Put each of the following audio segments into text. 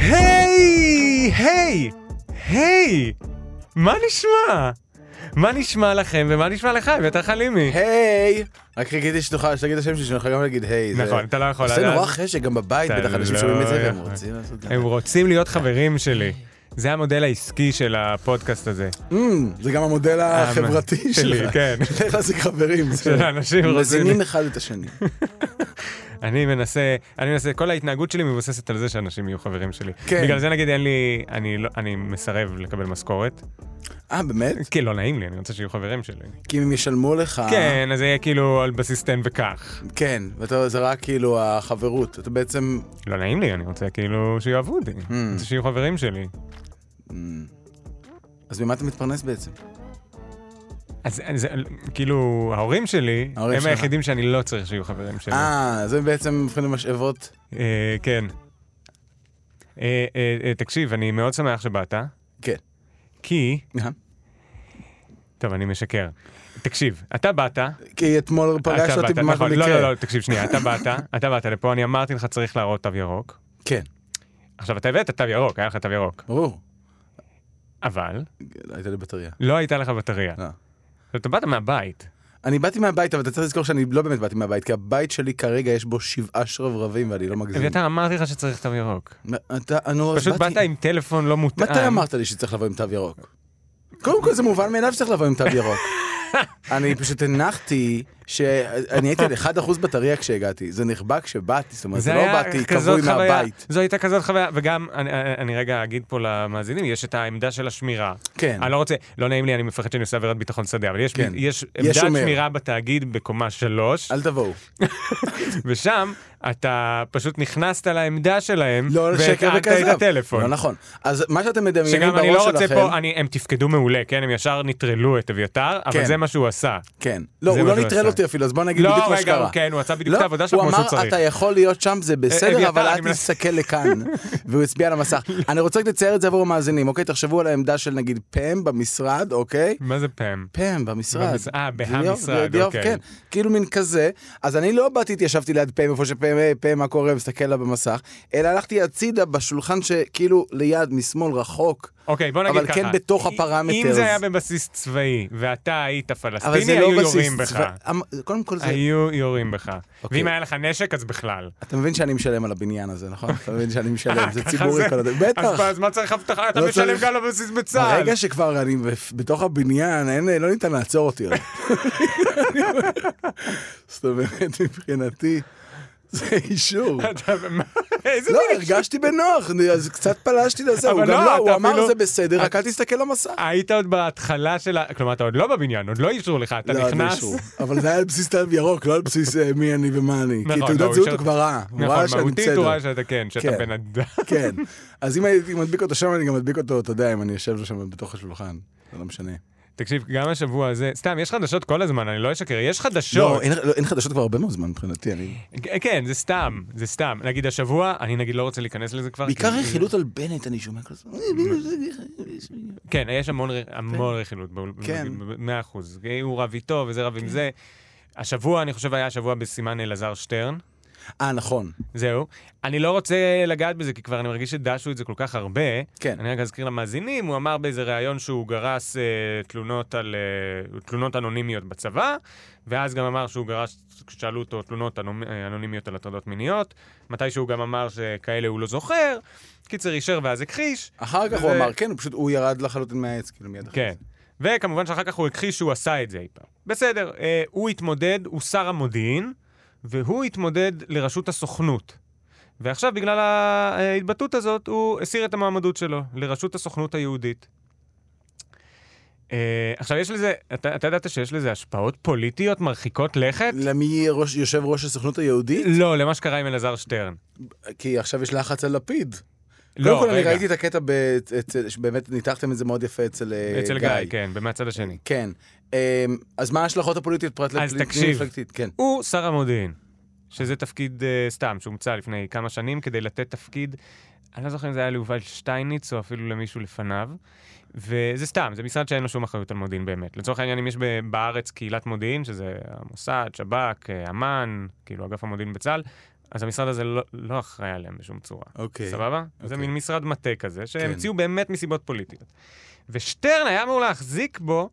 היי! היי! היי! מה נשמע? מה נשמע לכם ומה נשמע לך, אביתר חלימי? היי! רק חיכיתי שתוכל, שתגיד את השם שלי, שנוכל גם להגיד היי. זה- נכון, אתה לא יכול זה לדעת. נורא חשק, גם בבית, אתה בטח אנשים לא שומעים את זה והם יכול. רוצים לעשות הם רוצים להיות חברים שלי. זה המודל העסקי של הפודקאסט הזה. Mm, זה גם המודל החברתי שלי, שלך. אה, כן. לך להשיג חברים. זה- של אנשים רוצים... מזינים אחד את השני. אני מנסה, אני מנסה, כל ההתנהגות שלי מבוססת על זה שאנשים יהיו חברים שלי. כן. בגלל זה נגיד אין לי, אני לא- אני מסרב לקבל משכורת. אה, באמת? כי לא נעים לי, אני רוצה שיהיו חברים שלי. כי אם הם ישלמו לך... כן, אז זה יהיה כאילו על בסיס תן וקח. כן, ואתה- זה רק כאילו החברות. אתה בעצם... לא נעים לי, אני רוצה כאילו שיאהבו אותי. אני Hmm. רוצה שיהיו חברים שלי. Mm. אז ממה אתה מתפרנס בעצם? אז אז- כאילו, ההורים שלי, ההורים הם שלך. היחידים שאני לא צריך שיהיו חברים שלי. אה, זה בעצם מבחין למשאבות. אה, כן. אה, אה, אה, תקשיב, אני מאוד שמח שבאת, כן. כי... אה. טוב, אני משקר. תקשיב, אתה באת, כי אתמול פגש אתה אותי באת, ממש נכון, לא, במקרה. לא, לא, תקשיב שנייה, אתה באת, אתה באת לפה, אני אמרתי לך צריך להראות תו ירוק. כן, עכשיו, אתה הבאת תו ירוק, היה לך תו ירוק, ברור. אבל הייתה לי בטריה. לא הייתה לך בטריה. לא. עכשיו, אתה באת מהבית. אני באתי מהבית, אבל אתה צריך לזכור שאני לא באמת באתי מהבית, כי הבית שלי כרגע יש בו שבעה שרברבים ואני לא מגזים. אביתר, אמרתי לך שצריך תו ירוק. מה- אתה, נו, אז פשוט באת באתי- עם טלפון לא מותאם. מתי אמרת לי שצריך לבוא עם תו ירוק? קודם כל זה מובן מאליו שצריך לבוא עם תו ירוק. אני פשוט הנחתי שאני הייתי על 1% בטריה כשהגעתי, זה נחבא כשבאתי, זאת אומרת, זה לא באתי כבוי מהבית. זו הייתה כזאת חוויה, וגם, אני, אני רגע אגיד פה למאזינים, יש את העמדה של השמירה. כן. אני לא רוצה, לא נעים לי, אני מפחד שאני עושה עבירת ביטחון שדה, אבל יש, כן. יש יש עמדת שומר. שמירה בתאגיד בקומה שלוש, אל תבואו. ושם אתה פשוט נכנסת לעמדה שלהם, לא שקר והטענת וכזב. את הטלפון. לא נכון. אז מה שאתם מדמיינים שגם אני לא בראש רוצה שלכם... פה, אני, הם תפקדו מעולה, כן? הם ישר נטרלו את אביתר, אבל כן. זה מה שהוא עשה. כן. לא, זה הוא מה לא שהוא נטרל עשה. אותי אפילו, אז בוא נגיד לא, בדיוק מה רגע, שקרה. הוא- כן, הוא עשה בדיוק לא, את העבודה שלו כמו שהוא הוא אמר, צריך. אה, אתה יכול להיות שם, זה אביתר, בסדר, אבל אני אל מנס- תסתכל לכאן. והוא הצביע על המסך. אני רוצה רק לצייר את זה עבור המאזינים, אוקיי? תחשבו על העמדה של נגיד פם במשרד, אוקיי? מה זה פם? פם במשרד. במש- אה, דיו- בהמשרד, דיו- אוקיי. כן, כאילו מין כזה. אז אני לא באתי, התיישבתי ליד פם, איפה שפם, "היי, פם, מה קורה, מסתכל לה במסך, אלא הלכתי הצידה בשולחן שכאילו ליד, משמאל, רחוק. אוקיי, בוא נגיד אבל ככה. כן בתוך אם- הפרמטר. אם זה היה בבסיס צבאי, ואתה היית אבל פלסטיני, זה היו לא בסיס יורים בך. צבא- אמ- קודם כל זה... היו יורים בך. אוקיי. ואם היה לך נשק, אז בכלל. אתה מבין שאני משלם על הבניין הזה, נכון? אתה מבין שאני משלם, אה, זה ככה ציבורי כל הדבר. בטח. אז- אז מה צריך אבטחה? אתה לא משלם צריך. גם לבסיס בצה"ל. ברגע שכבר אני בפ- בתוך הבניין, אין, לא ניתן לעצור אותי עוד. זאת אומרת, מבחינתי, זה אישור. אתה- מה- איזה לא, מין- הרגשתי בנוח, אני- אז קצת פלשתי לזה, הוא אבל גם לא, לא, הוא אתה אמר אפילו- זה בסדר, רק אתה- אל תסתכל למסך. היית עוד בהתחלה של ה... כלומר, אתה עוד לא בבניין, עוד לא אישרו לך, אתה לא, זה נכנס... אישור. אבל זה היה על בסיס תו ירוק, לא על בסיס אה, מי אני ומה אני. נכון, כי לא, תעודת הוא זהות אישר- הוא כבר ראה, הוא נכון, ראה שאני מהותית הוא בסדר. ראה שאתה כן, שאתה כן. בן אדם. כן, אז אם הייתי מדביק אותו שם, אני גם מדביק אותו, אתה יודע, אם אני יושב לו שם בתוך השולחן, זה לא משנה. תקשיב, גם השבוע הזה, סתם, יש חדשות כל הזמן, אני לא אשקר, יש לא, חדשות. אין- לא, אין חדשות כבר הרבה מאוד זמן מבחינתי, אני... כן, זה סתם, זה סתם. נגיד השבוע, אני נגיד לא רוצה להיכנס לזה כבר. בעיקר כי- רכילות על בנט אני שומע "אה, כל הזמן. כן, יש המון, ר- המון רכילות, באול- כן. ב- מאה אחוז. הוא רב איתו וזה רב עם זה. השבוע, אני חושב, היה השבוע בסימן אלעזר שטרן. אה, נכון. זהו. אני לא רוצה לגעת בזה, כי כבר אני מרגיש שדשו את זה כל כך הרבה. כן. אני רק אזכיר למאזינים, הוא אמר באיזה ריאיון שהוא גרס אה, תלונות, על, אה, תלונות אנונימיות בצבא, ואז גם אמר שהוא גרס, כששאלו אותו תלונות אנומ- אה, אנונימיות על הטרדות מיניות, מתישהו גם אמר שכאלה הוא לא זוכר. קיצר, אישר ואז הכחיש. אחר כך הוא זה- אמר, כן, הוא פשוט, הוא ירד לחלוטין מהעץ, כאילו מיד אחרי כן. זה. וכמובן שאחר כך הוא הכחיש שהוא עשה את זה אי פעם. בסדר, אה, הוא התמודד, הוא שר המודיעין, והוא התמודד לראשות הסוכנות. ועכשיו, בגלל ההתבטאות הזאת, הוא הסיר את המועמדות שלו לראשות הסוכנות היהודית. אה, עכשיו, יש לזה, אתה, אתה ידעת שיש לזה השפעות פוליטיות מרחיקות לכת? לא. למי ראש- יושב ראש הסוכנות היהודית? לא, למה שקרה עם אלעזר שטרן. כי עכשיו יש לחץ על לפיד. קודם לא, כל, אני רגע, ראיתי את הקטע, ב- אצל- שבאמת ניתחתם את זה מאוד יפה אצל אה, אצל גיא, כן, ומהצד השני. כן. אמ, אז מה ההשלכות הפוליטיות פרט אז לפוליטית- תקשיב. מפלגתית? כן. הוא שר המודיעין, שזה תפקיד אה, סתם שהומצא לפני כמה שנים כדי לתת תפקיד אני לא זוכר אם זה היה ליובל שטייניץ או אפילו למישהו לפניו. וזה סתם, זה משרד שאין לו שום אחריות על מודיעין באמת. לצורך העניין, אם יש ב- בארץ קהילת מודיעין, שזה המוסד, שב"כ, אה, אמ"ן, כאילו אגף המודיעין בצה"ל, אז המשרד הזה לא, לא אחראי עליהם בשום צורה. אוקיי. סבבה? זה אוקיי. כן. מין משרד מטה כזה, שהמציאו באמת מסיבות פוליטיות. ושטרן היה אמור להחזיק בו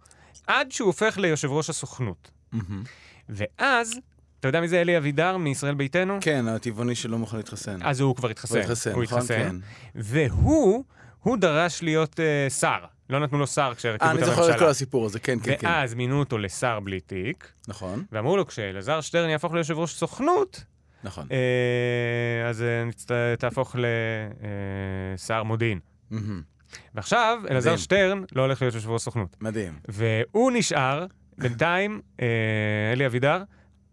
עד שהוא הופך ליושב ראש הסוכנות. מהמם. ואז, אתה יודע מי זה אלי אבידר מישראל ביתנו? כן, הטבעוני שלא מוכן להתחסן. אז הוא כבר אה, התחסן. הוא התחסן, הוא נכון? התחסן. כן. והוא, הוא דרש להיות אה, שר. לא נתנו לו שר כשהרכיבו אה, את אני הממשלה. זוכר את כל הסיפור הזה, כן, כן, כן. ואז מינו אותו לשר בלי תיק, נכון, ואמרו לו, כשאלעזר שטרן יהפוך ליושב ראש סוכנות, נכון. אה, אז אה, נצט- תהפוך לשר מודיעין. מהמם. ועכשיו, אלעזר מדהים. שטרן לא הולך להיות יושב ראש סוכנות. מדהים. והוא נשאר, בינתיים, אה, אלי אבידר,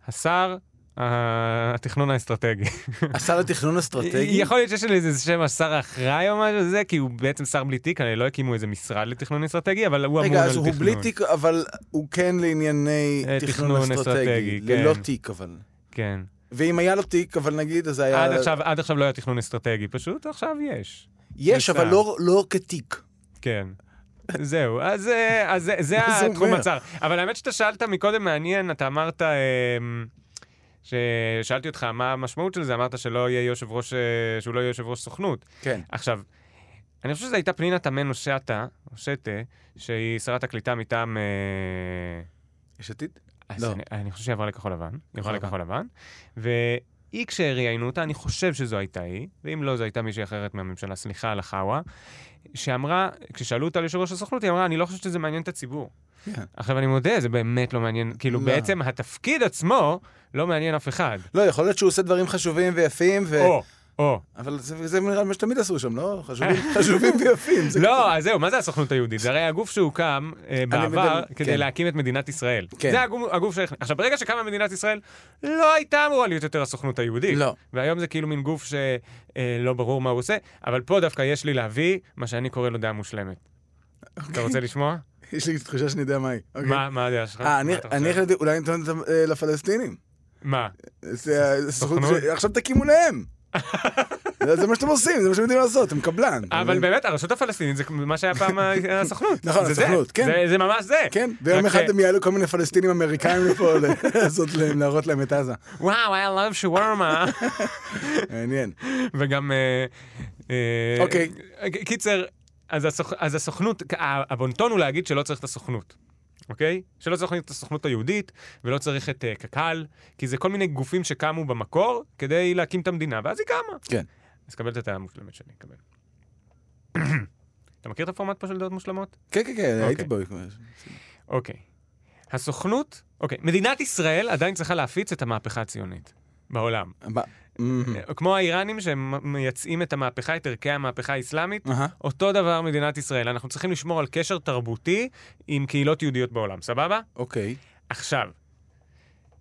השר ה- התכנון האסטרטגי. השר לתכנון אסטרטגי? יכול להיות שיש לזה איזה שם השר האחראי או משהו כזה, כי הוא בעצם שר בלי תיק, אני לא הקימו איזה משרד לתכנון אסטרטגי, אבל הוא אמון על רגע, תכנון. אז הוא בלי תיק, אבל הוא כן לענייני אה, תכנון תכנון אסטרטגי. אסטרטגי, ללא כן. תיק, אבל. כן. ואם היה לו תיק, אבל נגיד, אז היה... עד עכשיו, עד עכשיו לא היה תכנון אסטרטגי, פשוט עכשיו יש. יש, אבל לשר. לא- לא כתיק. כן. זהו, אז, אה, אז זה- זה מה זה התחום אומר? הצר. אבל האמת שאתה שאלת מקודם מעניין, אתה אמרת, אמ, ש- שאלתי אותך מה המשמעות של זה, אמרת שלא יהיה יושב ראש, אה, שהוא לא יהיה יושב ראש סוכנות. כן. עכשיו, אני חושב שזו הייתה פנינה תמנו שטה, או שטה, שהיא שרת הקליטה מטעם... אה, יש עתיד? אז לא. נכון. אני, אני חושב שהיא עברה לכחול לבן, היא עברה לבן. לכחול לבן, והיא כשהראיינו אותה, אני חושב שזו הייתה היא, ואם לא, זו הייתה מישהי אחרת מהממשלה, סליחה על החאווה, שאמרה, כששאלו אותה על יושב ראש הסוכנות, היא אמרה, אני לא חושבת שזה מעניין את הציבור. כן. עכשיו, אני מודה, זה באמת לא מעניין, כאילו, לא. בעצם התפקיד עצמו לא מעניין אף אחד. לא, יכול להיות שהוא עושה דברים חשובים ויפים, ו... או, או. אבל זה זה נראה מה שתמיד עשו שם, לא? חשובים חשובים ויפים. זה לא, אז זהו, מה זה הסוכנות היהודית? זה הרי הגוף שהוקם אה, בעבר מדמ- כדי כן. להקים את מדינת ישראל. כן. זה הגוף- הגוף שהכנ... עכשיו, ברגע שקמה מדינת ישראל, לא הייתה אמורה להיות יותר הסוכנות היהודית. לא. והיום זה כאילו מין גוף שלא אה, לא ברור מה הוא עושה, אבל פה דווקא יש לי להביא מה שאני קורא לו דעה מושלמת. אתה רוצה לשמוע? יש לי תחושה שאני יודע מה היא. אוקיי. מה מה הדעה שלך? אה, אני מה אתה חושב? אני החלטתי, אולי ניתן את זה אה, לפלסטינים. מה? זה הסוכנות סוכנות? ש- עכשיו תקימו להם. זה זה מה שאתם עושים, זה מה שאתם יודעים לעשות, אתם קבלן. אתם אבל יודעים? באמת, הרשות הפלסטינית זה מה שהיה פעם ה- הסוכנות. נכון, זה זה. הסוכנות, כן. זה- זה ממש זה. כן, ויום רק אחד ש- הם יעלו כל מיני פלסטינים אמריקאים לפה ל- לעשות להם, להראות להם את עזה. וואו, I love שווארמה. מעניין. וגם... אה, אה, אוקיי. אה, קיצר, אז הסוכ- אז הסוכנות, ה- הבונטון הוא להגיד שלא צריך את הסוכנות. אוקיי? שלא צריך את הסוכנות היהודית, ולא צריך את אה, קק"ל, כי זה כל מיני גופים שקמו במקור כדי להקים את המדינה, ואז היא קמה. כן. אז קבל את הטענה המושלמת שאני אקבל. אתה מכיר את הפורמט פה של דעות מושלמות? כן, כן, כן, הייתי אוקיי. בו. אוקיי. הסוכנות, אוקיי, מדינת ישראל עדיין צריכה להפיץ את המהפכה הציונית בעולם. מה- אמ, כמו האיראנים שמייצאים את המהפכה, את ערכי המהפכה האסלאמית, אהה. אותו דבר מדינת ישראל. אנחנו צריכים לשמור על קשר תרבותי עם קהילות יהודיות בעולם, סבבה? אוקיי. עכשיו,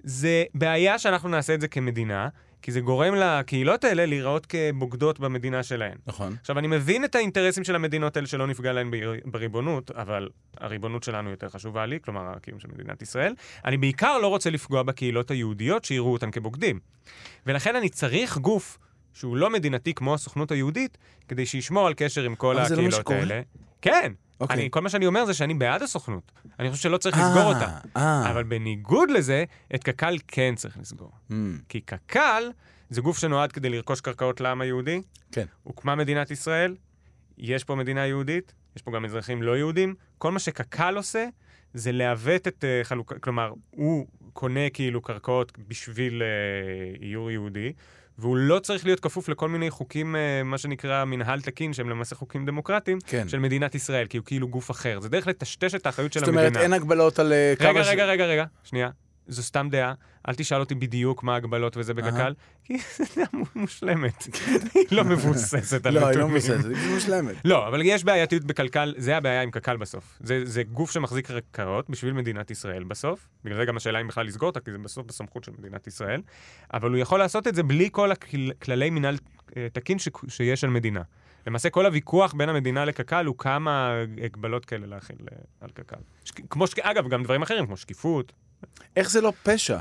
זה בעיה שאנחנו נעשה את זה כמדינה, כי זה גורם לקהילות האלה להיראות כבוגדות במדינה שלהן. נכון. עכשיו, אני מבין את האינטרסים של המדינות האלה שלא נפגע להן בר- בריבונות, אבל הריבונות שלנו יותר חשובה לי, כלומר, הקיום של מדינת ישראל. אני בעיקר לא רוצה לפגוע בקהילות היהודיות שיראו אותן כבוגדים. ולכן אני צריך גוף שהוא לא מדינתי כמו הסוכנות היהודית, כדי שישמור על קשר עם כל אבל זה לא מה הקהילות שקורה. האלה. כן. אוקיי. אני, כל מה שאני אומר זה שאני בעד הסוכנות. אני חושב שלא צריך לסגור אותה. אה, אבל בניגוד לזה, את קק"ל כן צריך לסגור. אמ, כי קק"ל זה גוף שנועד כדי לרכוש קרקעות לעם היהודי. כן. הוקמה מדינת ישראל, יש פה מדינה יהודית, יש פה גם אזרחים לא יהודים. כל מה שקק"ל עושה זה לעוות את uh, חלוקה, כלומר, הוא קונה כאילו קרקעות בשביל uh, איור יהודי. והוא לא צריך להיות כפוף לכל מיני חוקים, אה, מה שנקרא מנהל תקין, שהם למעשה חוקים דמוקרטיים, כן. של מדינת ישראל, כי הוא כאילו גוף אחר. זה דרך לטשטש את האחריות של זאת המדינה. אומרת, אין הגבלות על אה, כמה... רגע, ש- רגע, רגע, רגע, שנייה. זו סתם דעה, אל תשאל אותי בדיוק מה ההגבלות וזה בקק"ל, כי זו דעה מו- מושלמת. היא לא מבוססת על לא, היא לא נתונים. מבוססת, היא מושלמת. לא, אבל יש בעייתיות בקק"ל, זה הבעיה עם קק"ל בסוף. זה, זה גוף שמחזיק קרקעות בשביל מדינת ישראל בסוף, בגלל זה גם השאלה אם בכלל לסגור אותה, כי זה בסוף בסמכות של מדינת ישראל, אבל הוא יכול לעשות את זה בלי כל הכללי מינהל אה, תקין ש, שיש על מדינה. למעשה כל הוויכוח בין המדינה לקק"ל הוא כמה הגבלות כאלה להכיל אה, על קק"ל. ש... כמו, ש... אגב, גם דברים אחרים, כמו שקיפות, איך זה לא פשע?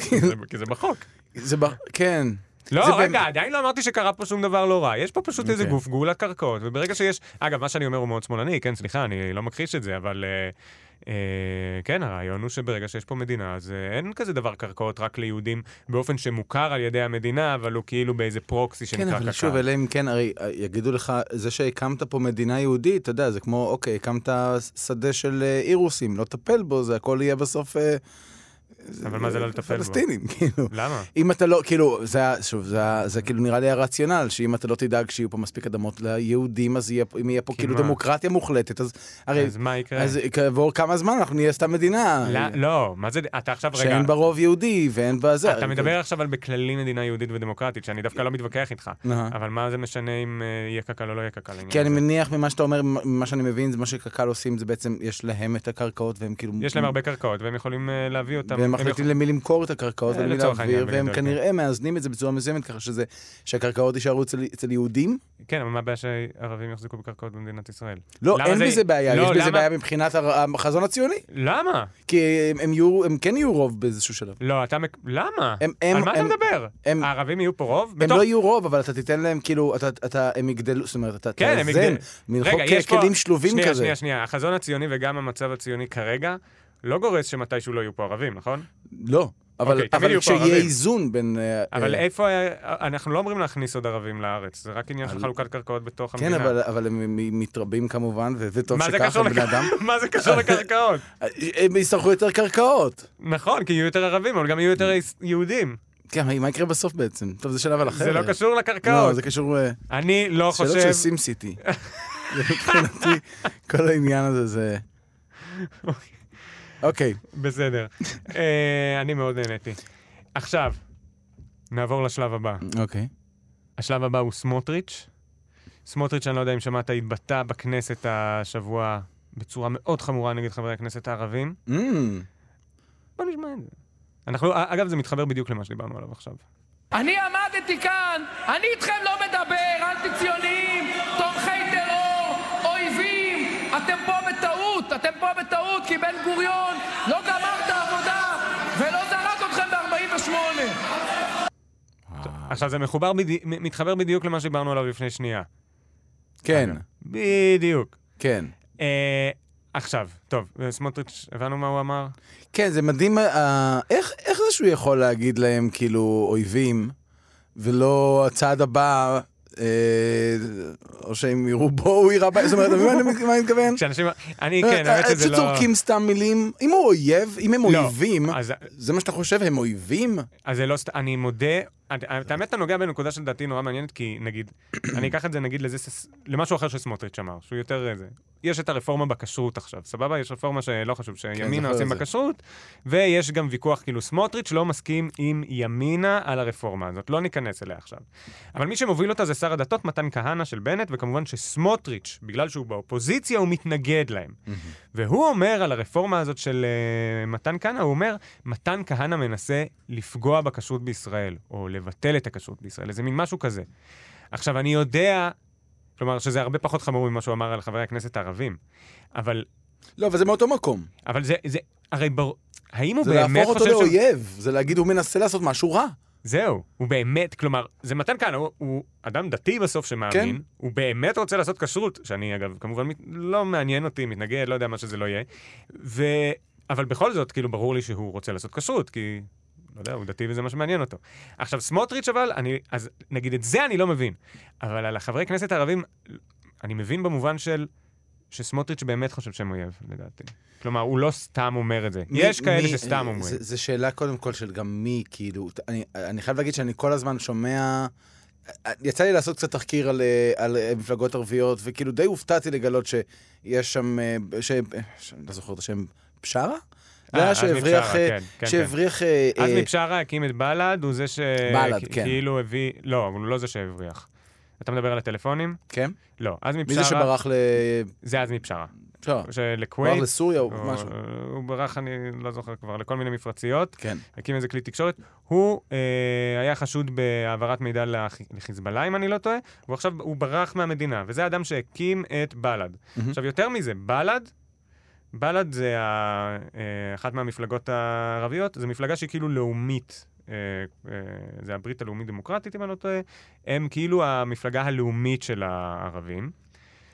כי זה- כי זה בחוק. זה ב... כן. זה לא, רגע, באמת- עדיין לא אמרתי שקרה פה שום דבר לא רע. יש פה פשוט איזה אוקיי. גוף גאול הקרקעות, וברגע שיש... אגב, מה שאני אומר הוא מאוד שמאלני, כן, סליחה, אני לא מכחיש את זה, אבל... אה, אה, כן, הרעיון הוא שברגע שיש פה מדינה, אז אה, אין כזה דבר קרקעות רק ליהודים באופן שמוכר על ידי המדינה, אבל הוא כאילו באיזה פרוקסי שנקרא כן, קק"ל. אבל שוב, אלא אם כן, הרי אה, יגידו לך, זה שהקמת פה מדינה יהודית, אתה יודע, זה כמו, אוקיי, הקמת שדה של אה, אירוסים, לא טפל בו, זה הכל יהיה בסוף... אה, אבל מה זה לא לטפל בו? פלסטינים, כאילו. למה? אם אתה לא, כאילו, זה, ה- שוב, זה, ה- זה כאילו נראה לי הרציונל, שאם אתה לא תדאג שיהיו פה מספיק אדמות ליהודים, אז יהיה, פה- אם יהיה פה כי כאילו מה? דמוקרטיה מוחלטת, אז הרי, אז כן. מה יקרה? אז כעבור כמה זמן אנחנו נהיה סתם מדינה, אה, לא- לא, מה זה... אתה עכשיו, רגע... שאין בה רוב יהודי ואין בה זה. אתה מדבר עכשיו על בכללי מדינה יהודית ודמוקרטית, שאני דווקא לא מתווכח איתך. אהה. אבל מה זה משנה אם אה, יהיה קק"ל או לא יהיה קק"ל? לעניין כי אני הזה? מניח ממה שאתה אומר, ממה שאני מבין, זה מה שקק"ל עושים, זה בעצם, יש להם את הקרקעות והם כאילו... יש להם הרבה קרקעות, והם יכולים אה, להביא אותם. והם הם מחליטים למי למכור את הקרקעות אה, ולמי לצורך להעביר, העניין, והם בגדול, כן. כנראה מאזנים את זה בצורה מסוימת, ככה שזה, שהקרקעות יישארו אצל- אצל יהודים. יכול- כן, אבל מה הבעיה שערבים יחזיקו בקרקעות במדינת ישראל? לא, למה אין זה- בזה בעיה, לא, יש בזה למה- בעיה מבחינת הר- החזון הציוני, למה? כי הם- הם יהיו- הם כן יהיו רוב באיזשהו שלב. לא, אתה... מק- למה? הם- על הם- מה אתה הם- מדבר? הם- הערבים יהיו פה רוב? הם בתוך- לא יהיו רוב, אבל אתה תיתן להם, כאילו, אתה- אתה, הם יגדלו, זאת אומרת, אתה כן, הם תאזן, יגדלו. מלחוק רגע, יש פה... כלים שלובים שנייה, כזה. שנייה, שנייה. החזון הציוני וגם המצב הציוני כרגע לא גורס שמתישהו לא יהיו פה ערבים, נכון? לא, אבל אוקיי, תמיד אבל יהיו פה כשיהיה ערבים. איזון בין... אה, אבל אה, איפה... היה- אנחנו לא אומרים להכניס עוד ערבים לארץ, זה רק עניין של אבל- חלוקת קרקעות בתוך כן, המדינה. אבל, אבל הם מ- מתרבים כמובן, ו- וטוב מה זה שככה קשור בני לק- אדם. מה זה קשור לקרקעות? הם יצטרכו יותר קרקעות. נכון, כי יהיו יותר ערבים, אבל גם יהיו יותר יהודים. כן, מה- מה יקרה בסוף בעצם? טוב, זה שלב על אחר. זה לא קשור לא, לקרקעות. זה קשור... אה, אני לא שאלות של חושב... סים סיטי. זה מבחינתי, כל העניין הזה זה... אוקיי, בסדר. אה, אני מאוד נהניתי. עכשיו, נעבור לשלב הבא. אוקיי. השלב הבא הוא סמוטריץ'. סמוטריץ', אני לא יודע אם שמעת, התבטא בכנסת השבוע בצורה מאוד חמורה נגד חברי הכנסת הערבים. Mm, בוא נשמע את זה. אנחנו, אה, אגב, זה מתחבר בדיוק למה שדיברנו עליו עכשיו. אני עמדתי כאן, אני איתכם לא מדבר, אנטי-ציונים, תומכי טרור, אויבים, אתם פה בטעות, אתם פה בטעות, כי בן גוריון לא גמר את העבודה ולא זרק אתכם ב-48. עכשיו, זה מחובר בדי... מ- מתחבר בדיוק למה שדיברנו עליו לפני שנייה. כן, אוקיי. בדיוק. כן. אה, עכשיו, טוב, אה, סמוטריץ', הבנו מה הוא אמר? כן, זה מדהים, אה, איך איך זה שהוא יכול להגיד להם כאילו אויבים, ולא הצעד הבא, אה, או שהם יראו בו, הוא יירה ב... זאת אומרת, אתה מבין מה אני מתכוון? אה, כשאנשים... אני, כן, האמת שזה לא... שצורקים סתם מילים, אם הוא אויב, אם הם לא, אויבים, אז- זה מה שאתה חושב, הם אויבים? אז זה לא סת... אני מודה, את את האמת, אתה נוגע בנקודה שלדעתי נורא מעניינת, כי נגיד, אני אקח את זה נגיד לזה, ס- למשהו אחר שסמוטריץ' אמר, שהוא יותר איזה. יש את הרפורמה בכשרות עכשיו, סבבה? יש רפורמה שלא חשוב, שימינה כן, זוכר עושים את זה. בכשרות, ויש גם ויכוח, כאילו, סמוטריץ' לא מסכים עם ימינה על הרפורמה הזאת, לא ניכנס אליה עכשיו. אבל מי שמוביל אותה זה שר הדתות מתן כהנא של בנט, וכמובן שסמוטריץ', בגלל שהוא באופוזיציה, הוא מתנגד להם. והוא אומר על הרפורמה הזאת של uh, מתן כהנא, הוא אומר, מתן כהנא מנסה לפגוע בכשרות בישראל, או לבטל את הכשרות בישראל, איזה מין משהו כזה. עכשיו, אני יודע, כלומר, שזה הרבה פחות חמור ממה שהוא אמר על חברי הכנסת הערבים, אבל, לא, אבל זה מאותו מקום. אבל זה, זה, הרי ברור, האם הוא זה באמת להפוך חושב... אותו שהוא- לאויב, זה להגיד, הוא מנסה לעשות משהו רע. זהו, הוא באמת, כלומר, זה מתן כהנא, הוא, הוא אדם דתי בסוף שמאמין, כן. כן. הוא באמת רוצה לעשות כשרות, שאני אגב, כמובן מת, לא מעניין אותי, מתנגד, לא יודע מה שזה לא יהיה, ו... אבל בכל זאת, כאילו, ברור לי שהוא רוצה לעשות כשרות, כי, לא יודע, הוא דתי וזה מה שמעניין אותו. עכשיו, סמוטריץ' אבל, אני, אז נגיד את זה אני לא מבין, אבל על החברי כנסת הערבים, אני מבין במובן של... שסמוטריץ' באמת חושב שהם אויב, לדעתי. כלומר, הוא לא סתם אומר את זה. מי- יש כאלה מי- אה, שסתם אומרים. זה- זה שאלה קודם כל של גם מי, כאילו, ת- אני- אני חייב להגיד שאני כל הזמן שומע... יצא לי לעשות קצת תחקיר על, אה, על אה, מפלגות ערביות, וכאילו די הופתעתי לגלות שיש שם, אה, ש... ש- אני לא זוכר את השם, בשארה? זה אה, היה עזמי שהבריח, בשארה, אה, כן, כן, כן. שהבריח... אה, אה, עזמי בשארה הקים את בל"ד, הוא זה ש... בל"ד, כ- כן. כאילו הביא... לא, אבל הוא לא זה שהבריח. אתה מדבר על הטלפונים? כן? לא, עזמי מי בשארה... זה שברח ל... זה עזמי בשארה. לא, ברח שלכווית... לסוריה או הוא- משהו. הוא ברח, אני לא זוכר כבר, לכל מיני מפרציות, כן. הקים איזה כלי תקשורת. הוא אה, היה חשוד בהעברת מידע לח- לחיזבאללה, אם אני לא טועה, והוא עכשיו, הוא ברח מהמדינה, וזה האדם שהקים את בל"ד. מהמם. עכשיו, יותר מזה, בל"ד, בל"ד זה ה- אה, אחת מהמפלגות הערביות, זו מפלגה שהיא כאילו לאומית. אה, אה, זה הברית הלאומית-דמוקרטית, אם אני לא טועה, הם כאילו המפלגה הלאומית של הערבים.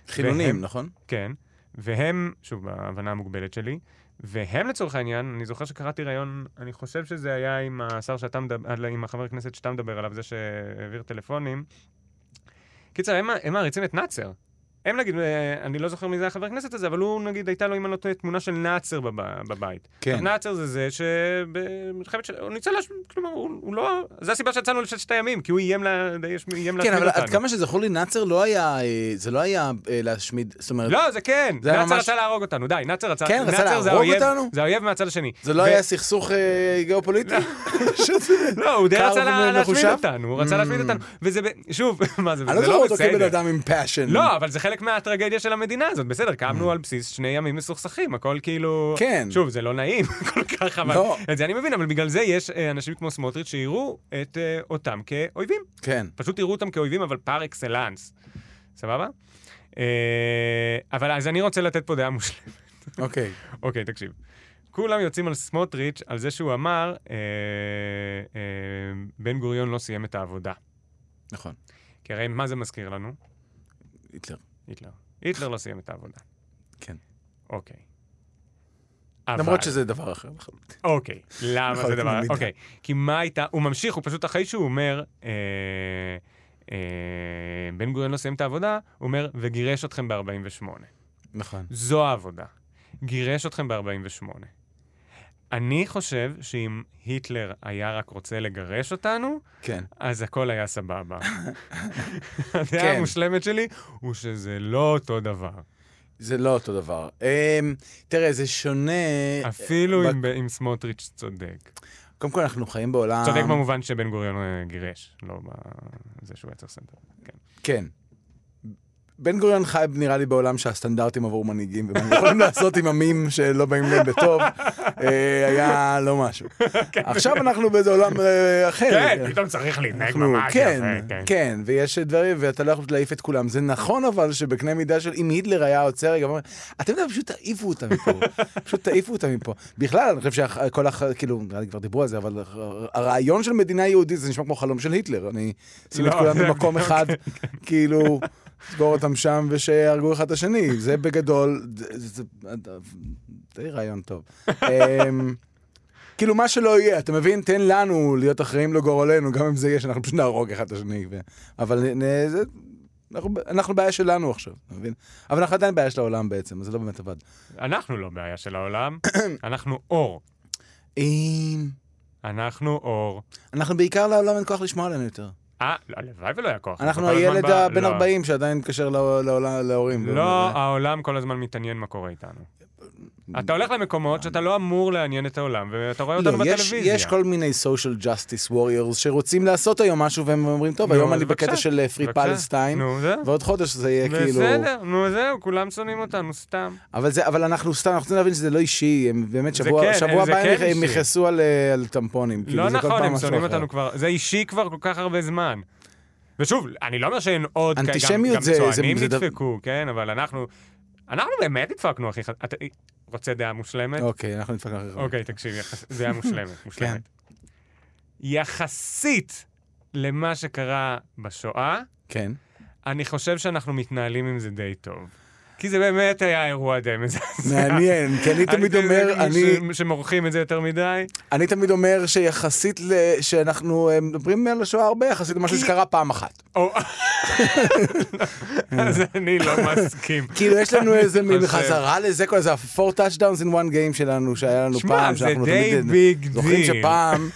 חילונים, והם- נכון? כן, והם, שוב, בהבנה המוגבלת שלי, והם לצורך העניין, אני זוכר שקראתי ראיון, אני חושב שזה היה עם השר שאתה מדבר, אה, עם החבר כנסת שאתה מדבר עליו, זה שהעביר טלפונים. קיצר, הם, הם מעריצים את נאצר. הם נגיד, אה, אני לא זוכר מי זה החבר כנסת הזה, אבל הוא נגיד, הייתה לו, אם אני לא טועה, תמונה של נאצר בב, בבית. כן. עכשיו, נאצר זה זה שבמלחמת של... הוא ניצל להש... כלומר, הוא, הוא לא... זה הסיבה שיצאנו לששת הימים, כי הוא איים, לה... יש- איים כן, להשמיד אבל אותנו. עד כמה שזכור לי, נאצר לא היה, אה, זה לא היה אה, להשמיד, זאת אומרת, לא, זה כן. זה נאצר ממש- רצה להרוג אותנו, די, נאצר רצה... כן, רצה נאצר זה להרוג האויב- אותנו? זה האויב מהצד השני. זה לא ו- היה סכסוך אה, גיאופוליטי? שזה- לא, הוא די קר רצה לה- להשמיד ומחושב? אותנו, הוא רצה להשמיד אותנו. וזה... ב- שוב, מה זה, Mm. אני לא זה זוכר לא אותו כבן בסדר. אדם עם passion. לא, אבל זה חלק מהטרגדיה של המדינה הזאת, בסדר, קמנו על בסיס שני ימים מסוכסכים, הכל כאילו... Mm. כן. שוב, זה לא נעים כל כך, אבל... לא. את זה אני מבין, אבל בגלל זה יש אה, אנשים כמו סמוטריץ' שיראו את אה, אותם כאויבים. כן. פשוט יראו אותם כאויבים, אבל פר אקסלנס. סבבה? אה, אבל אז אני רוצה לתת פה דעה מושלמת. אוקיי. אוקיי, תקשיב. כולם יוצאים על סמוטריץ' על זה שהוא אמר, אה, אה, בן גוריון לא סיים את העבודה. נכון. כי הרי מה זה מזכיר לנו? היטלר. היטלר. היטלר לא סיים את העבודה. כן. אוקיי. אבל... למרות שזה דבר אחר. נכון. אוקיי, למה נכון, זה דבר... במידה. אוקיי, כי מה הייתה... הוא ממשיך, הוא פשוט אחרי שהוא אומר, אה, אה, בן גוריון לא סיים את העבודה, הוא אומר, וגירש אתכם ב-48. נכון. זו העבודה. גירש אתכם ב-48. אני חושב שאם היטלר היה רק רוצה לגרש אותנו, כן. אז הכל היה סבבה. הדעה כן. המושלמת שלי הוא שזה לא אותו דבר. זה לא אותו דבר. אמ, תראה, זה שונה... אפילו ב- אם- אם סמוטריץ' צודק. אה, קודם כל, אנחנו חיים בעולם... צודק במובן שבן גוריון אה, גירש, לא בזה שהוא היה צריך סנדר. כן. כן. בן גוריון חי נראה לי בעולם שהסטנדרטים עבור מנהיגים ומה הם יכולים לעשות עם עמים שלא באים להם בטוב, אה, היה לא משהו. עכשיו אנחנו באיזה עולם אה, אחר. כן, פתאום צריך להתנהג אנחנו, ממש כן, יפה, כן. כן, ויש דברים, ואתה לא יכול פשוט להעיף את כולם. זה נכון אבל שבקנה מידה של אם היטלר היה עוצר רגע, ואומר, אתם יודעים, פשוט תעיפו אותם מפה, פשוט תעיפו אותם מפה. בכלל, אני חושב שכל הח... כאילו, נראה לי כבר דיברו על זה, אבל הרעיון של מדינה יהודית זה נשמע כמו חלום של היטלר. אני שים את לא, כולם זה- במקום אוקיי, אחד, כאילו, סגור אותם שם ושיהרגו אחד את השני. זה בגדול, זה- זה זה די רעיון טוב. אמ, כאילו, מה שלא יהיה, אתה מבין? תן לנו להיות אחראים לגורלנו, גם אם זה יהיה שאנחנו פשוט נהרוג אחד את השני. ו... אבל נ... נ- זה... אנחנו, אנחנו בעיה שלנו עכשיו, אתה מבין? אבל אנחנו עדיין בעיה של העולם בעצם, אז זה לא באמת עבד. אנחנו לא בעיה של העולם, אנחנו אור. אמ, אנחנו אור. אנחנו בעיקר לעולם אין כוח לשמוע עלינו יותר. אה, לא, הלוואי ולא היה כוח. אנחנו כל הזמן הילד בא- הבן לא. 40 שעדיין מתקשר לא- לעולם- להורים. לא, העולם כל הזמן מתעניין מה קורה איתנו. אתה הולך למקומות שאתה לא אמור לעניין את העולם, ואתה רואה אותנו לא, יש, בטלוויזיה. יש כל מיני social justice warriors שרוצים לעשות היום משהו והם אומרים, טוב, נו, היום אז אני בקטע בבקשה, של פרי בבקשה. פלסטיין, נו, זהו. ועוד חודש זה יהיה כאילו... בסדר, נו זהו, כולם שונאים אותנו סתם. אבל, זה, אבל אנחנו סתם, אנחנו צריכים להבין שזה לא אישי, הם באמת זה שבוע, כן, שבוע זה הבא כן הם אישי. הם יכעסו על, אה, על טמפונים. כאילו, לא זה כל נכון, פעם הם משהו שונאים אחר. אותנו כבר, זה אישי כבר כל כך הרבה זמן. ושוב, אני לא אומר שאין עוד, כי גם, אנטישמיות גם זה- זה- צוענים זה דבר- נדפקו, כן, אבל אנחנו, אנחנו באמת נדפקנו, אחי. אתה רוצה דעה מושלמת? אוקיי, אנחנו נדפק אחר כך. אוקיי, תקשיב, יחס... זה היה כן. מושלמת, מושלמת. יחסית למה שקרה בשואה, כן. אני חושב שאנחנו מתנהלים עם זה די טוב. כי זה באמת היה אירוע די מזעזע. מעניין, כי אני תמיד אומר, אני... ש- שמורחים את זה יותר מדי. אני תמיד אומר שיחסית ל... שאנחנו אה, מדברים על השואה הרבה, יחסית למשהו כי- שקרה פעם אחת. או- אז אני לא מסכים. כאילו יש לנו איזה מין חושב. חזרה לזה, כל איזה 4 touchdowns in one game שלנו, שהיה לנו שמע, פעם, זה שאנחנו די תמיד... ביג זוכרים דיל. שפעם...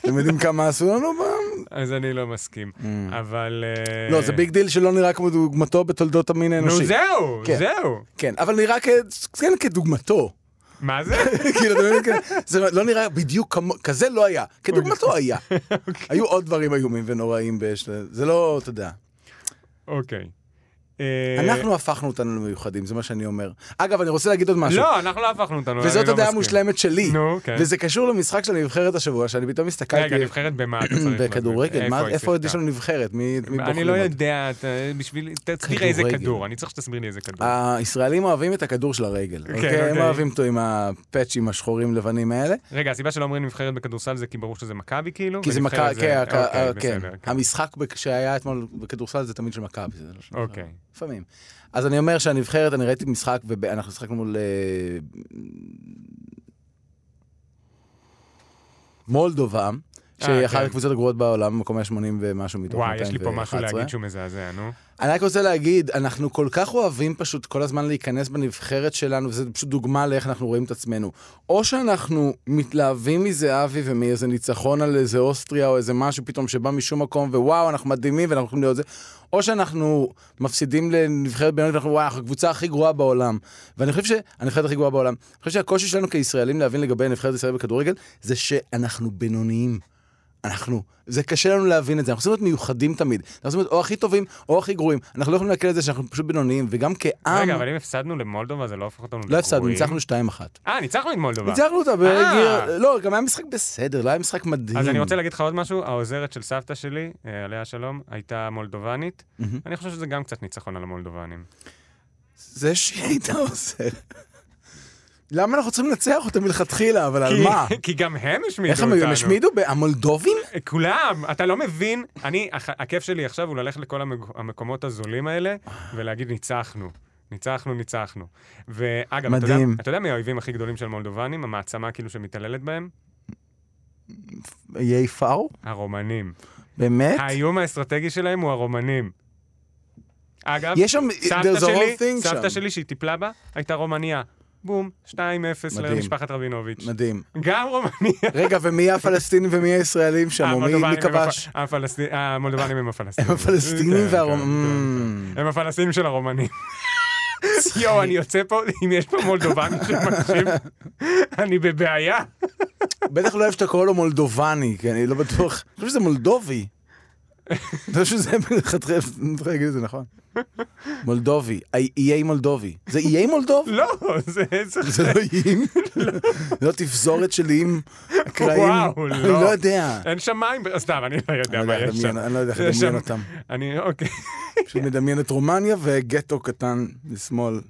אתם יודעים כמה עשו לנו פעם? אז אני לא מסכים. אבל... אה, Mm. לא, זה ביג דיל שלא נראה כמו דוגמתו בתולדות המין האנושי. נו זהו, כן. זהו. כן, אבל נראה כ... כן כדוגמתו. מה זה? כאילו, אתה מבין? כזה- זה לא נראה בדיוק כמו... כזה לא היה. כדוגמתו אוקיי. היה. היו עוד דברים איומים ונוראים, ויש- זה לא, אתה יודע. אוקיי. אה, אנחנו הפכנו אותנו למיוחדים, זה מה שאני אומר. אגב, אני רוצה להגיד עוד משהו. לא, אנחנו לא הפכנו אותנו, אני וזאת לא הדעה מסכים. המושלמת שלי. נו, כן. וזה קשור למשחק של הנבחרת השבוע, שאני פתאום הסתכלתי רגע, נבחרת במה אתה צריך? להגיד? בכדורגל, מה- היא איפה עוד יש שיחקה? לנו נבחרת? מי מי אני בוחרים לא עוד? יודע, אתה- בשביל... תסביר לי איזה כדורגל. אה. כדור, אני צריך שתסביר לי איזה כדור. הישראלים אוהבים את הכדור של הרגל, אוקיי? הם אוקיי. אוהבים אותו עם הפאצ'ים השחורים לבנים האלה. רגע, הסיבה שלא אומרים נבחרת בכדורסל זה כי ברור שזה מכבי כאילו? כי זה ונבחרת מכבי, כן, הכ- אוקיי, אה, כן. בסדר, כן. המשחק ב- שהיה אתמול בכדורסל זה תמיד של מכבי, זה לא של נבחרת. אוקיי. לפעמים. אז אני אומר שהנבחרת, אני ראיתי משחק, ואנחנו שיחקנו מול... אה, מולדובה, שהיא אה, אחת כן. הקבוצות הגרועות בעולם, במקום 180 ומשהו מתוך וואי, 211. יש לי פה משהו להגיד שהוא מזעזע, נו. אני רק רוצה להגיד, אנחנו כל כך אוהבים פשוט כל הזמן להיכנס בנבחרת שלנו, וזו פשוט דוגמה לאיך אנחנו רואים את עצמנו. או שאנחנו מתלהבים מזהבי ומאיזה ניצחון על איזה אוסטריה או איזה משהו פתאום שבא משום מקום, ווואו, אנחנו מדהימים ואנחנו יכולים להיות זה. או שאנחנו מפסידים לנבחרת בינונית, ואנחנו, וואי, אנחנו הקבוצה הכי גרועה בעולם. ואני חושב שהנבחרת הכי גרועה בעולם. אני חושב שהקושי שלנו כישראלים להבין לגבי נבחרת ישראל בכדורגל, זה שאנחנו בינוניים. אנחנו, זה קשה לנו להבין את זה, אנחנו צריכים להיות מיוחדים תמיד. אנחנו צריכים להיות או הכי טובים או הכי גרועים. אנחנו לא יכולים להקל את זה שאנחנו פשוט בינוניים, וגם כעם, רגע, אבל אם הפסדנו למולדובה זה לא הופך אותנו לגרועים. לא הפסדנו, ניצחנו 2-1. אה, ניצחנו את מולדובה. ניצחנו אותה בגיר, אה. לא, גם היה משחק בסדר, לא היה משחק מדהים. אז אני רוצה להגיד לך עוד משהו, העוזרת של סבתא שלי, אה, עליה השלום, הייתה מולדובנית. מהמם. אני חושב שזה גם קצת ניצחון על המולדובנים. זה שהיא הייתה עוזר. למה אנחנו צריכים לנצח אותה מלכתחילה, אבל על כי- מה? כי גם הם השמידו איך אותנו. הם היו- הם השמידו? ב- המולדובים? כולם, אתה לא מבין. אני, הח- הכיף שלי עכשיו הוא ללכת לכל המג- המקומות הזולים האלה ולהגיד ניצחנו. ניצחנו, ניצחנו. ואגב, אתה יודע- מדהים. אתה יודע מי האויבים הכי גדולים של מולדובנים? המעצמה כאילו שמתעללת בהם? איי פאו? הרומנים. באמת? האיום האסטרטגי שלהם הוא הרומנים. אגב, יש שם, סבתא there's a שלי, whole thing סבתא שם. שלי שהיא טיפלה בה, הייתה רומניה. בום, 2-0 מדהים. למשפחת רבינוביץ'. מדהים. גם רומניה. רגע, ומי הפלסטינים ומי הישראלים שם, או מי- המולדובנים מי הם כבש? הפ- הפלסטי- המולדובנים הם הפלסטינים. הם הפלסטינים כן, והרומנים. כן, כן. הם הפלסטינים של הרומנים. יואו, אני יוצא פה, אם יש פה מולדובני שמקשיב, אני בבעיה. כן. בטח לא אוהב שאתה קורא לו מולדובני, כי אני לא בטוח. אני חושב שזה מולדובי. אני חושב שזה מלכתחילה, אני צריך להגיד את זה נכון. מולדובי, אי- איי מולדובי. זה איי מולדוב? לא, זה איזה... זה לא איים? לא תפזורת של איים אקראיים? וואו, אני לא. לא יודע. אין שם מים, ב- סתם, אני לא יודע אני מה לא יודע איך יש שם. לדמיין- אני לא יודע איך יש לדמיין שם- אותם. אני, אוקיי. פשוט מדמיין את רומניה וגטו קטן לשמאל,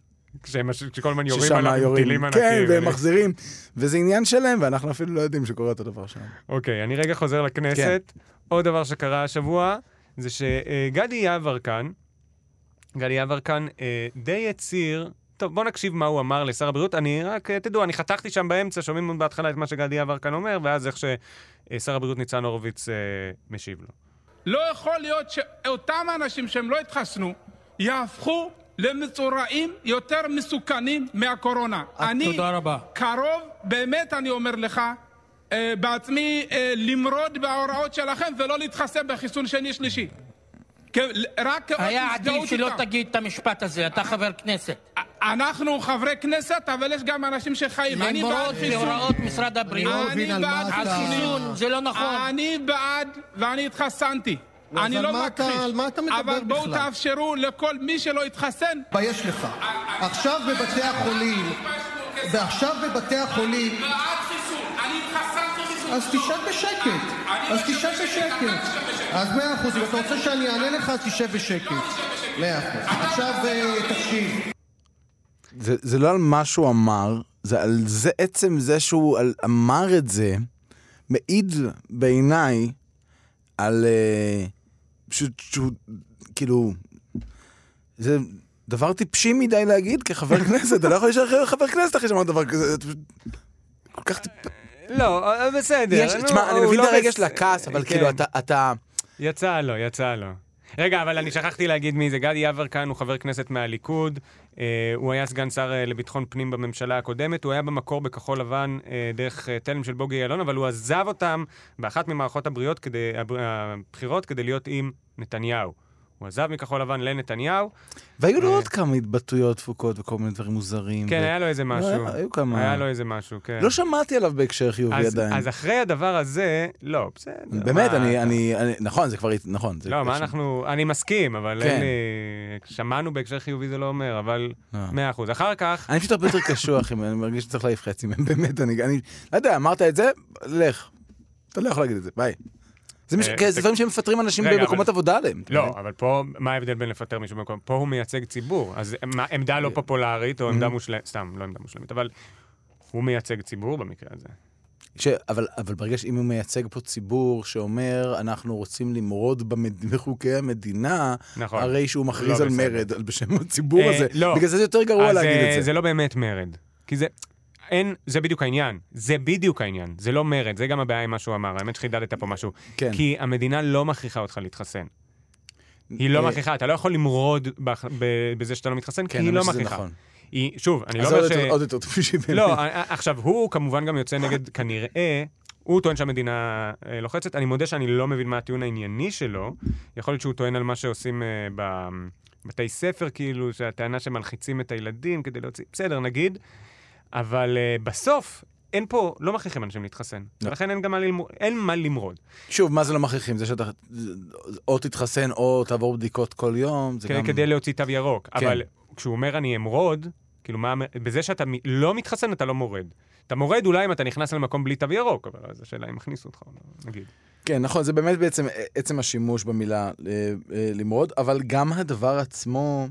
כשהם- כשכל הזמן יורים ששם עליו יורים. טילים ענקים. כן, והם אני- מחזירים. וזה עניין שלהם, ואנחנו אפילו לא יודעים שקורה אותו דבר שם. אוקיי, אני רגע חוזר לכנסת. עוד דבר שקרה השבוע, זה שגדי יברקן, גדי יברקן אה, די הצהיר, טוב, בואו נקשיב מה הוא אמר לשר הבריאות. אני רק, אה, תדעו, אני חתכתי שם באמצע, שומעים בהתחלה את מה שגדי יברקן אומר, ואז איך ששר הבריאות ניצן הורוביץ אה, משיב לו. לא יכול להיות שאותם אנשים שהם לא התחסנו יהפכו למצורעים יותר מסוכנים מהקורונה. אני, אה, תודה רבה. קרוב, באמת אני אומר לך, אה, בעצמי אה, למרוד בהוראות שלכם ולא להתחסן בחיסון שני שלישי. כ- רק כאות היה עדיף הזדהות שלא איתם. אה, תגיד את המשפט הזה, אתה חבר כנסת. אנחנו חברי כנסת, אבל יש גם אנשים שחיים. אני בעד למרות חיסון. והוראות משרד הבריאות, אני בעד על חיסון, זה לא נכון. אני בעד, ואני התחסנתי. אני על לא מה אתה- מכחיש. על מה אתה מדבר אבל בואו בכלל? תאפשרו לכל מי שלא התחסן. תתבייש לך. עכשיו בבתי החולים, ועכשיו בבתי החולים, בעד חיסון, אני התחסנתי חיסון. אז תשב בשקט. אני אז לא תשב יושב בשקט, אתה בשקט. תשב בשקט. אז מאה אחוז, אם אתה רוצה שאני אענה לך, אז תשב בשקט. מאה אחוז. עכשיו אה, תקשיב. זה, זה לא על מה שהוא אמר, זה על זה, עצם זה שהוא על, אמר את זה, מעיד בעיניי על... אה, פשוט שהוא, כאילו, זה דבר טיפשי מדי להגיד כחבר כנסת, אתה לא יכול להישאר חבר כנסת אחרי שאמרת דבר כזה, אתה פשוט... כל כך טיפ... לא, בסדר. יש, תשמע, אני מבין את הרגש של הכעס, לא אה, אבל כן. כאילו, אתה, אתה... יצא לו, יצא לו. רגע, אבל אני שכחתי להגיד מי זה. גדי יברקן הוא חבר כנסת מהליכוד, אה, הוא היה סגן שר אה, לביטחון פנים בממשלה הקודמת, הוא היה במקור בכחול לבן אה, דרך אה, תלם של בוגי יעלון, אבל הוא עזב אותם באחת ממערכות הבריאות כדי, הבר- הבחירות כדי להיות עם נתניהו. הוא עזב מכחול לבן לנתניהו. והיו לו עוד כמה התבטאויות דפוקות וכל מיני דברים מוזרים. כן, ו- היה לו איזה משהו. היה- היו כמה. היה לו איזה משהו, כן. לא שמעתי עליו בהקשר חיובי אז- עדיין. אז אחרי הדבר הזה, לא, בסדר. באמת, מה- אני, אני, אני- נכון, זה כבר, הת- נכון. זה לא, מה הקשר- אנחנו... אני מסכים, אבל כן. אין לי... שמענו בהקשר חיובי זה לא אומר, אבל אה. מאה אחוז. אחר כך, אני פשוט הרבה יותר קשוח, אם- אני מרגיש שצריך להעיף חצי מהם, באמת, אני, אני, לא יודע, אמרת את זה, לך. אתה לא יכול להגיד את זה, ביי. זה מש... אה, כן, זה תק- דברים שמפטרים אנשים רגע, במקומות אבל- עבודה עליהם. אתה לא, מבין? אבל פה, מה ההבדל בין לפטר מישהו במקום? פה הוא מייצג ציבור, אז מה, עמדה אה. לא פופולרית, או Mm-hmm. עמדה מושלמת, סתם, לא עמדה מושלמת, אבל הוא מייצג ציבור במקרה הזה. ש... אבל, אבל ברגע שאם הוא מייצג פה ציבור שאומר, אנחנו רוצים למרוד במד... בחוקי המדינה, נכון. הרי שהוא מכריז לא על בסדר. מרד, על בשם הציבור אה, הזה. לא. בגלל זה זה יותר גרוע אז, להגיד אה, את זה זה. לא באמת מרד. כי זה... אין, זה בדיוק העניין. זה בדיוק העניין. זה לא מרד, זה גם הבעיה עם מה שהוא אמר. האמת שחידדת פה משהו. כן. כי המדינה לא מכריחה אותך להתחסן. היא לא אה, מכריחה, אתה לא יכול למרוד בח- ב- בזה שאתה לא מתחסן, כי כן, היא האמת לא שזה מכריחה. נכון. היא, שוב, אני לא אז זה אומר עוד ש... יותר- עוד יותר טיפשי באמת. לא, א- א- עכשיו, הוא כמובן גם יוצא נגד, כנראה, הוא טוען שהמדינה אה, לוחצת. אני מודה שאני לא מבין מה הטיעון הענייני שלו. יכול להיות שהוא טוען על מה שעושים אה, בבתי ספר, כאילו, שהטענה שמלחיצים את הילדים כדי להוציא... בסדר, נגיד. אבל אה, בסוף, אין פה, לא מכריחים אנשים להתחסן. ולכן אין גם מה ללמוד, אין מה למרוד. שוב, מה זה לא מכריחים? זה שאתה זה- או תתחסן או תעבור בדיקות כל יום, זה כדי, גם... גם... כן, כדי להוציא תו ירוק. כן. כן. אבל כשהוא אומר אני אמרוד, כאילו, מה, בזה שאתה מ- לא מתחסן, אתה לא מורד. אתה מורד אולי אם אתה נכנס למקום בלי תו ירוק, אבל אז השאלה אם הכניסו אותך או לא, נגיד. כן, נכון, זה באמת בעצם אה, עצם השימוש במילה אה, אה, למרוד, אבל גם הדבר עצמו,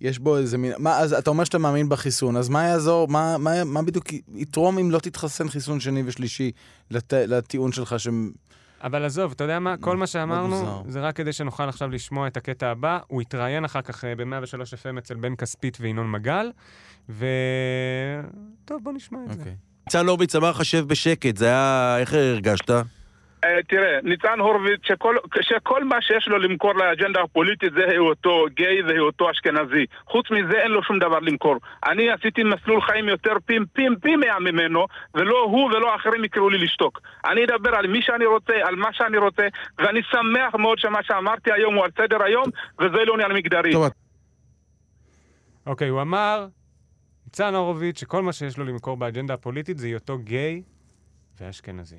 יש בו איזה מין... מה, אז אתה אומר שאתה מאמין בחיסון, אז מה יעזור, מה, מה, מה בדיוק י- יתרום אם לא תתחסן חיסון שני ושלישי לת, לטיעון שלך ש... אבל עזוב, אתה יודע מה? כל מה שאמרנו, מוזר. זה רק כדי שנוכל עכשיו לשמוע את הקטע הבא. הוא התראיין אחר כך אה, ב-103 FM אצל בן כספית וינון מגל, ו... טוב, בוא נשמע את זה. אוקיי. אוקיי. ניצן הורוביץ אמר לך שב בשקט, זה היה... איך הרגשת? אה, תראה, ניצן הורוביץ, שכל, שכל מה שיש לו למכור לאג'נדה הפוליטית זה היותו גיי והיותו אשכנזי. חוץ מזה אין לו שום דבר למכור. אני עשיתי מסלול חיים יותר פי, פי, פי מאה ממנו, ולא הוא ולא אחרים יקראו לי לשתוק. אני אדבר על מי שאני רוצה, על מה שאני רוצה, ואני שמח מאוד שמה שאמרתי היום הוא על סדר היום, וזה לא עניין מגדרי. טוב, אוקיי, הוא אמר, ניצן הורוביץ, שכל מה שיש לו למכור באג'נדה הפוליטית זה היותו גיי ואשכנזי.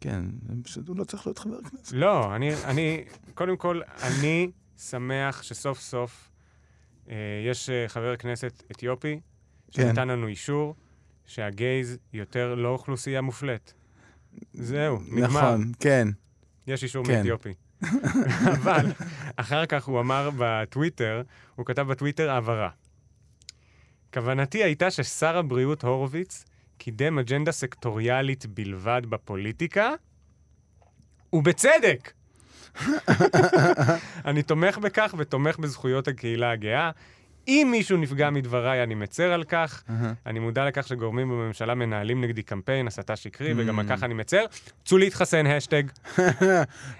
כן, זה פשוט הוא לא צריך להיות חבר כנסת. לא, אני, אני, קודם כל, אני שמח שסוף סוף אה, יש אה, חבר כנסת אתיופי שנתן כן. לנו אישור שהגייז יותר לא אוכלוסייה מופלית. זהו, נגמר. נכון, כן. יש אישור כן. מאתיופי. אבל אחר כך הוא אמר בטוויטר, הוא כתב בטוויטר הבהרה. כוונתי הייתה ששר הבריאות הורוביץ קידם אג'נדה סקטוריאלית בלבד בפוליטיקה, ובצדק. אני תומך בכך ותומך בזכויות הקהילה הגאה. אם מישהו נפגע מדבריי, אני מצר על כך. אני מודע לכך שגורמים בממשלה מנהלים נגדי קמפיין, הסתה שקרי, וגם על כך אני מצר. צאו להתחסן, השטג.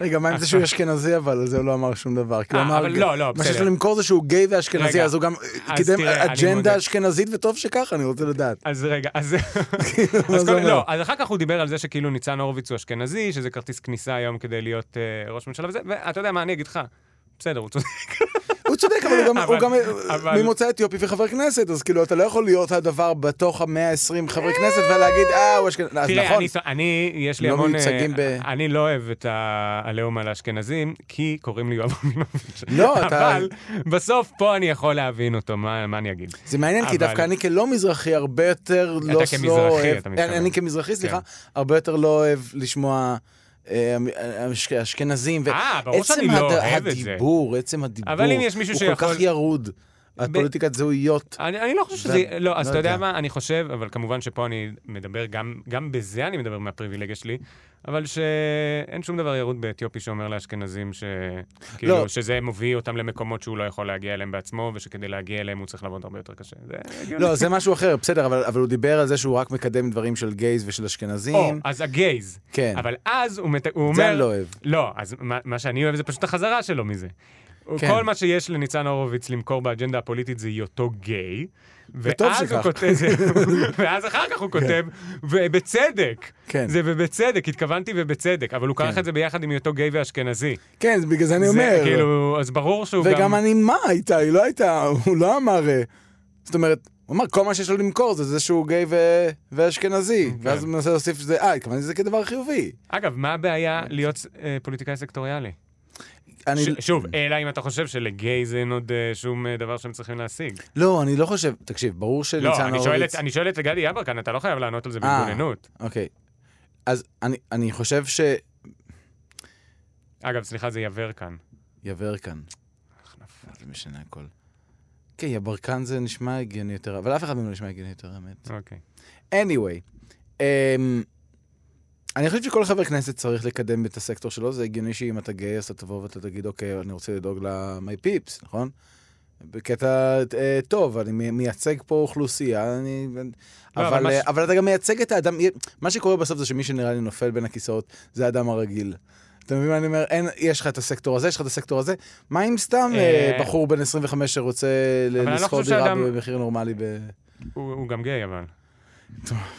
רגע, מה עם זה שהוא אשכנזי אבל? על זה הוא לא אמר שום דבר. כי הוא אה, אמר, אבל לא, לא, מה שיש לו בסדר. למכור זה שהוא גיי ואשכנזי, רגע, אז הוא גם אז קידם תראה, אני אג'נדה מודה. אשכנזית, וטוב שככה, אני רוצה לדעת. אז רגע, אז... כאילו, מה אז זה כל... אומר? לא, אז אחר כך הוא דיבר על זה שכאילו ניצן הורוביץ הוא אשכנזי, שזה כרטיס כניסה היום כדי להיות אה, ראש ממשלה וזה, ואתה יודע מה, אני אגיד לך, בסדר, הוא צודק. הוא צודק, אבל הוא גם, אבל- הוא גם אה, אבל- ממוצא אתיופי וחבר כנסת, אז כאילו, אתה לא יכול להיות הדבר בתוך המאה ה-20 חברי כנסת ולהגיד, אה, הוא אשכנזי. אז תראה, נכון, אני, אני, יש לי לא המון... אה, מיוצגים ב- אני לא אוהב את העליהום על האשכנזים, כי קוראים לי יואב אברמוביץ'. לא, אתה- אבל בסוף פה אני יכול להבין אותו, מה, מה אני אגיד? זה מעניין, כי אבל- דווקא אני כלא מזרחי הרבה יותר לא כמזרחי, לא אוהב... אתה אני- מתכוון. אני כמזרחי, סליחה, כן. הרבה יותר לא אוהב לשמוע... אה, אש- אשכנזים, ו- אה, ברור עצם שאני לא הד- אוהב את זה. הדיבור, עצם הדיבור, אבל אם יש מישהו הוא כל שיכול- כך ירוד, הפוליטיקת זהויות, אני, אני לא חושב זה- שזה... לא, אז לא אתה יודע יודע. מה, אני חושב, אבל כמובן שפה אני מדבר, גם, גם בזה אני מדבר מהפריבילגיה שלי, אבל שאין שום דבר ירוד באתיופי שאומר לאשכנזים ש... כאילו, לא. שזה מביא אותם למקומות שהוא לא יכול להגיע אליהם בעצמו, ושכדי להגיע אליהם הוא צריך לעבוד הרבה יותר קשה. זה הגיוני. לא, זה משהו אחר, בסדר, אבל אבל הוא דיבר על זה שהוא רק מקדם דברים של גייז ושל או, אשכנזים, אז הגייז. כן. אבל אז הוא, מת... הוא אומר... זה אני לא אוהב. לא, אז מה, מה שאני אוהב זה פשוט החזרה שלו מזה. כן. כל מה שיש לניצן הורוביץ למכור באג'נדה הפוליטית זה היותו גיי. וטוב ואז הוא שכך. כותב, ואז אחר כך הוא כותב, ובצדק. כן. זה ובצדק, התכוונתי ובצדק, אבל הוא כרך את זה ביחד עם היותו גיי ואשכנזי. כן, בגלל זה אני זה, אומר. כאילו, אז ברור שהוא וגם גם... הנימה הייתה, היא לא הייתה, הוא לא אמר... אה, זאת אומרת, הוא אמר, כל מה שיש לו למכור זה זה שהוא גיי ו- ואשכנזי. כן. ואז הוא מנסה להוסיף שזה, אה, התכוונתי שזה כדבר חיובי. אגב, מה הבעיה להיות אה, פוליטיקאי סקטוריאלי? אני... ש- שוב, אה- אלא אם אתה חושב שלגיי זה אין עוד אה, שום אה, דבר שהם צריכים להשיג. לא, אני לא חושב, תקשיב, ברור שניצן לא, הורוביץ... אני שואל את- אני שואל את גדי יברקן, אתה לא חייב לענות על זה אה. בהתגוננות. אוקיי. אז אני, אני חושב ש... אגב, סליחה, זה יברקן. יברקן. זה משנה הכל. כן, יברקן זה נשמע הגיוני יותר, אבל אף אחד מהם לא נשמע הגיוני יותר, האמת. אוקיי. anyway, אמ, אני חושב שכל חבר כנסת צריך לקדם את הסקטור שלו, זה הגיוני שאם אתה גיי אז אתה תבוא ואתה תגיד, אוקיי, אני רוצה לדאוג ל-my peeps, נכון? בקטע אה, טוב, אני מי- מייצג פה אוכלוסייה, אני... לא, אבל אבל, אבל, מה ש- אבל אתה גם מייצג את האדם, מה שקורה בסוף זה שמי שנראה לי נופל בין הכיסאות זה האדם הרגיל. אתה מבין מה אני אומר? אין, יש לך את הסקטור הזה, יש לך את הסקטור הזה. מה אם סתם אה, אה, בחור בן 25 שרוצה ל- אבל אני לא לשכור חושב דירה שאדם- במחיר נורמלי ב... הוא הוא גם גיי, אבל.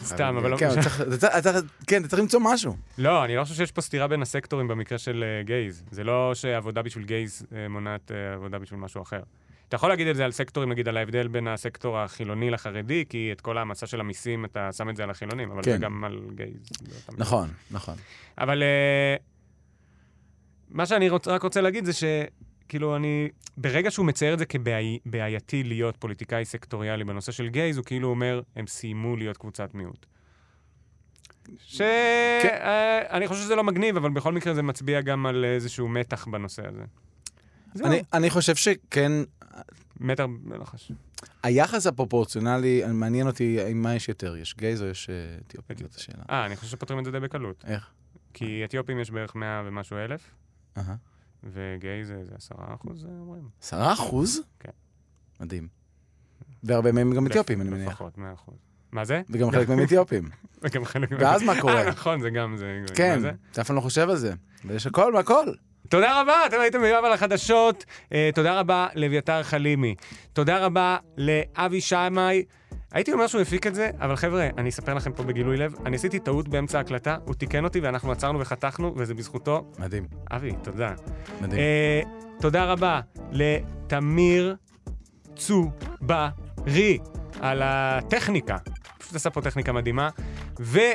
סתם, אבל לא כן, משנה. אתה צריך- אתה צריך- אתה צריך- כן, אתה צריך למצוא משהו. לא, אני לא חושב שיש פה סתירה בין הסקטורים במקרה של אה, גייז. זה לא שעבודה בשביל גייז אה, מונעת אה, עבודה בשביל משהו אחר. אתה יכול להגיד את זה על סקטורים, נגיד על ההבדל בין הסקטור החילוני לחרדי, כי את כל העמסה של המיסים אתה שם את זה על החילונים, אבל כן. זה גם על גייז. לא תמיד. נכון, נכון. אבל אה, מה שאני רוצ, רק רוצה להגיד זה שכאילו אני, ברגע שהוא מצייר את זה כבעייתי להיות פוליטיקאי סקטוריאלי בנושא של גייז, הוא כאילו אומר, הם סיימו להיות קבוצת מיעוט. כן. שאני חושב שזה לא מגניב, אבל בכל מקרה זה מצביע גם על איזשהו מתח בנושא הזה. זהו, אני- אני חושב שכן, מתח בלחש. היחס הפרופורציונלי, אני- מעניין אותי האם מה יש יותר, יש גייז או יש אה, אתיופים, זאת השאלה. אה, אני חושב שפותרים את זה די בקלות. איך? כי אתיופים יש בערך 100 ומשהו אלף, אהה. וגיי זה זה 10 אחוז, אה, אומרים. עשרה אחוז? כן. מדהים. והרבה מהם גם אתיופים, אני מניח. לפחות 100 אחוז. מה זה? וגם חלק מהם אתיופים. וגם חלק מה- ואז מה קורה? אה, נכון, זה גם זה. מה כן, זה? אתה אף פעם לא חושב על זה. ויש הכל מהכל. תודה רבה, אתם הייתם ביום על החדשות. אה, תודה רבה לאביתר חלימי. תודה רבה לאבי שמאי. הייתי אומר שהוא הפיק את זה, אבל חבר'ה, אני אספר לכם פה בגילוי לב, אני עשיתי טעות באמצע ההקלטה, הוא תיקן אותי ואנחנו עצרנו וחתכנו, וזה בזכותו. מדהים, אבי, תודה. מדהים. אה, תודה רבה לתמיר צוברי על הטכניקה. פשוט עשה פה טכניקה מדהימה. ואתם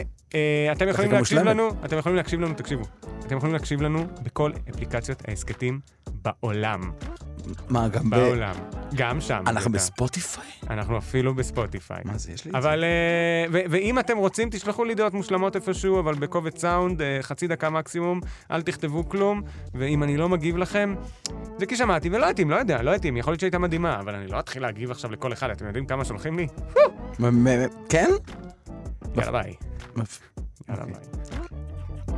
יכולים טכניקה להקשיב מושלמת. לנו, אתם יכולים להקשיב לנו, תקשיבו, אתם יכולים להקשיב לנו בכל אפליקציות ההסכתים בעולם. מה, גם ב... בעולם. גם שם. אנחנו אתה. בספוטיפיי? אנחנו אפילו בספוטיפיי. מה זה, יש לי את זה? אבל, אה, ו- ואם אתם רוצים, תשלחו לי דעות מושלמות איפשהו, אבל בקובץ סאונד, אה, חצי דקה מקסימום, אל תכתבו כלום, ואם אני לא מגיב לכם, זה כי שמעתי ולא התאים, לא יודע, לא התאים, יכול להיות שהייתה מדהימה, אבל אני לא אתחיל להגיב עכשיו לכל אחד, אתם יודעים כמה שולחים לי? מ- מ- מ- כן? יאללה ביי. מפ- יאללה ביי.